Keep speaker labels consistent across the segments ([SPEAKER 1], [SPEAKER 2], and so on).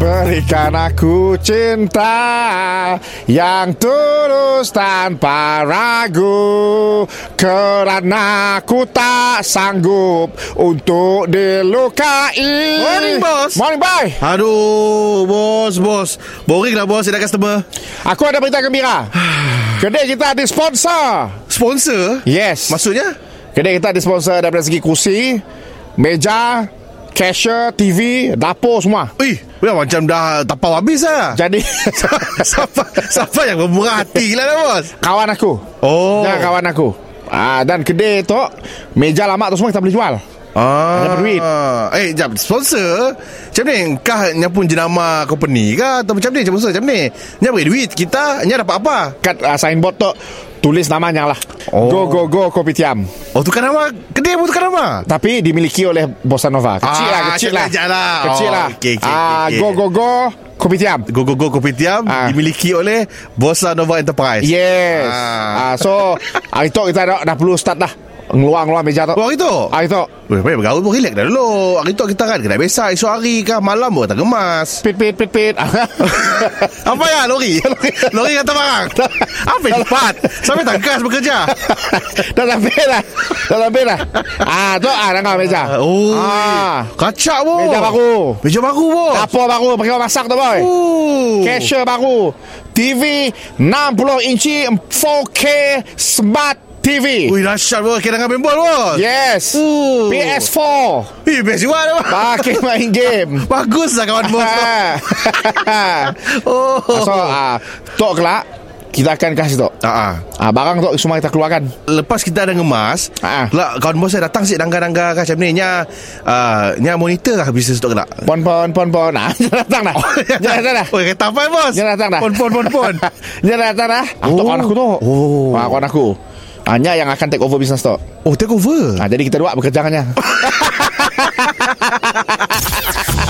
[SPEAKER 1] Berikan aku cinta yang tulus tanpa ragu Kerana ku tak sanggup untuk dilukai
[SPEAKER 2] Morning, bos.
[SPEAKER 1] Morning boy
[SPEAKER 2] Aduh, bos, bos. Boring lah bos, tidak customer.
[SPEAKER 1] Aku ada berita gembira Kedai kita ada sponsor
[SPEAKER 2] Sponsor?
[SPEAKER 1] Yes
[SPEAKER 2] Maksudnya?
[SPEAKER 1] Kedai kita ada sponsor daripada segi kursi Meja Cashier, TV, dapur semua
[SPEAKER 2] Ui, dah macam dah tapau habis lah.
[SPEAKER 1] Jadi
[SPEAKER 2] siapa, siapa yang bermurah hati lah, lah bos?
[SPEAKER 1] Kawan aku
[SPEAKER 2] Oh.
[SPEAKER 1] Ya kawan aku Ah dan kedai tu meja lama tu semua kita boleh jual.
[SPEAKER 2] Ah.
[SPEAKER 1] Ada duit.
[SPEAKER 2] Eh, jap. Sponsor? Macam ni, kah nyapun jenama company ke? Atau macam ni, sponsor macam ni? Nya beri duit kita, nya dapat apa?
[SPEAKER 1] Kat uh, signboard tu tulis namanya lah.
[SPEAKER 2] Oh.
[SPEAKER 1] Go go go Kopitiam.
[SPEAKER 2] Oh, tukar nama. Kedai pun tukar nama.
[SPEAKER 1] Tapi dimiliki oleh Bossa Nova. Kecil
[SPEAKER 2] Ah,
[SPEAKER 1] lah, kecil lah.
[SPEAKER 2] sekejap lah.
[SPEAKER 1] Kecil
[SPEAKER 2] Oh,
[SPEAKER 1] lah.
[SPEAKER 2] okey, okey,
[SPEAKER 1] Ah,
[SPEAKER 2] okey,
[SPEAKER 1] Go
[SPEAKER 2] okey.
[SPEAKER 1] go go Kopitiam.
[SPEAKER 2] Go Go Go Kopitiam
[SPEAKER 1] Ah.
[SPEAKER 2] ah. dimiliki oleh Bossa Nova Enterprise.
[SPEAKER 1] Yes. Ah.
[SPEAKER 2] Ah.
[SPEAKER 1] so hari tu kita dah, dah perlu start dah. Ngeluar-ngeluar meja tu.
[SPEAKER 2] Oh, hari tu?
[SPEAKER 1] Hari tu.
[SPEAKER 2] Weh, baik bergaul pun relax dah dulu. Hari tu kita kan kedai besar, esok hari kah malam pun tak gemas.
[SPEAKER 1] Pit pit pit pit.
[SPEAKER 2] Apa ya lori? lori kata barang. Apa yang cepat? Sampai tangkas bekerja.
[SPEAKER 1] dah sampai dah. Dah sampai dah. Ah, tu ah dengar meja.
[SPEAKER 2] Oh.
[SPEAKER 1] Ah.
[SPEAKER 2] Kacak pun.
[SPEAKER 1] Meja baru.
[SPEAKER 2] Meja baru pun.
[SPEAKER 1] Dapur Oh. baru pakai orang masak tu boy.
[SPEAKER 2] Oh.
[SPEAKER 1] Cashier baru TV 60 inci 4K Smart TV
[SPEAKER 2] Ui, Oh. dahsyat pun. Kira dengan bimbol pun.
[SPEAKER 1] Yes
[SPEAKER 2] Ooh.
[SPEAKER 1] PS4
[SPEAKER 2] Eh, best juga dah.
[SPEAKER 1] Pakai main game
[SPEAKER 2] Bagus lah kawan bos. tu. oh.
[SPEAKER 1] So ah, Tok kelak Kita akan kasih tok
[SPEAKER 2] Ah, ah.
[SPEAKER 1] ah, Barang tok semua kita keluarkan
[SPEAKER 2] Lepas kita ada ngemas
[SPEAKER 1] Ah.
[SPEAKER 2] uh Kawan bos saya datang Sik dangga-dangga kah Macam ni Nya uh, Nya monitor kah Bisnes tu kelak
[SPEAKER 1] Pon pon pon pon ah, Dia datang dah Dia datang dah
[SPEAKER 2] Oh kata apa bos
[SPEAKER 1] Dia datang dah
[SPEAKER 2] Pon pon pon pon
[SPEAKER 1] Dia datang dah ah, Tok
[SPEAKER 2] Oh.
[SPEAKER 1] kawan aku tok
[SPEAKER 2] Oh.
[SPEAKER 1] ah, Kawan aku Hanya yang akan take over bisnes tok
[SPEAKER 2] Oh take over
[SPEAKER 1] ah, Jadi kita dua bekerja dengan dia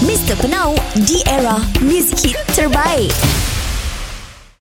[SPEAKER 3] Mr. Penau, di era music hit terbaik.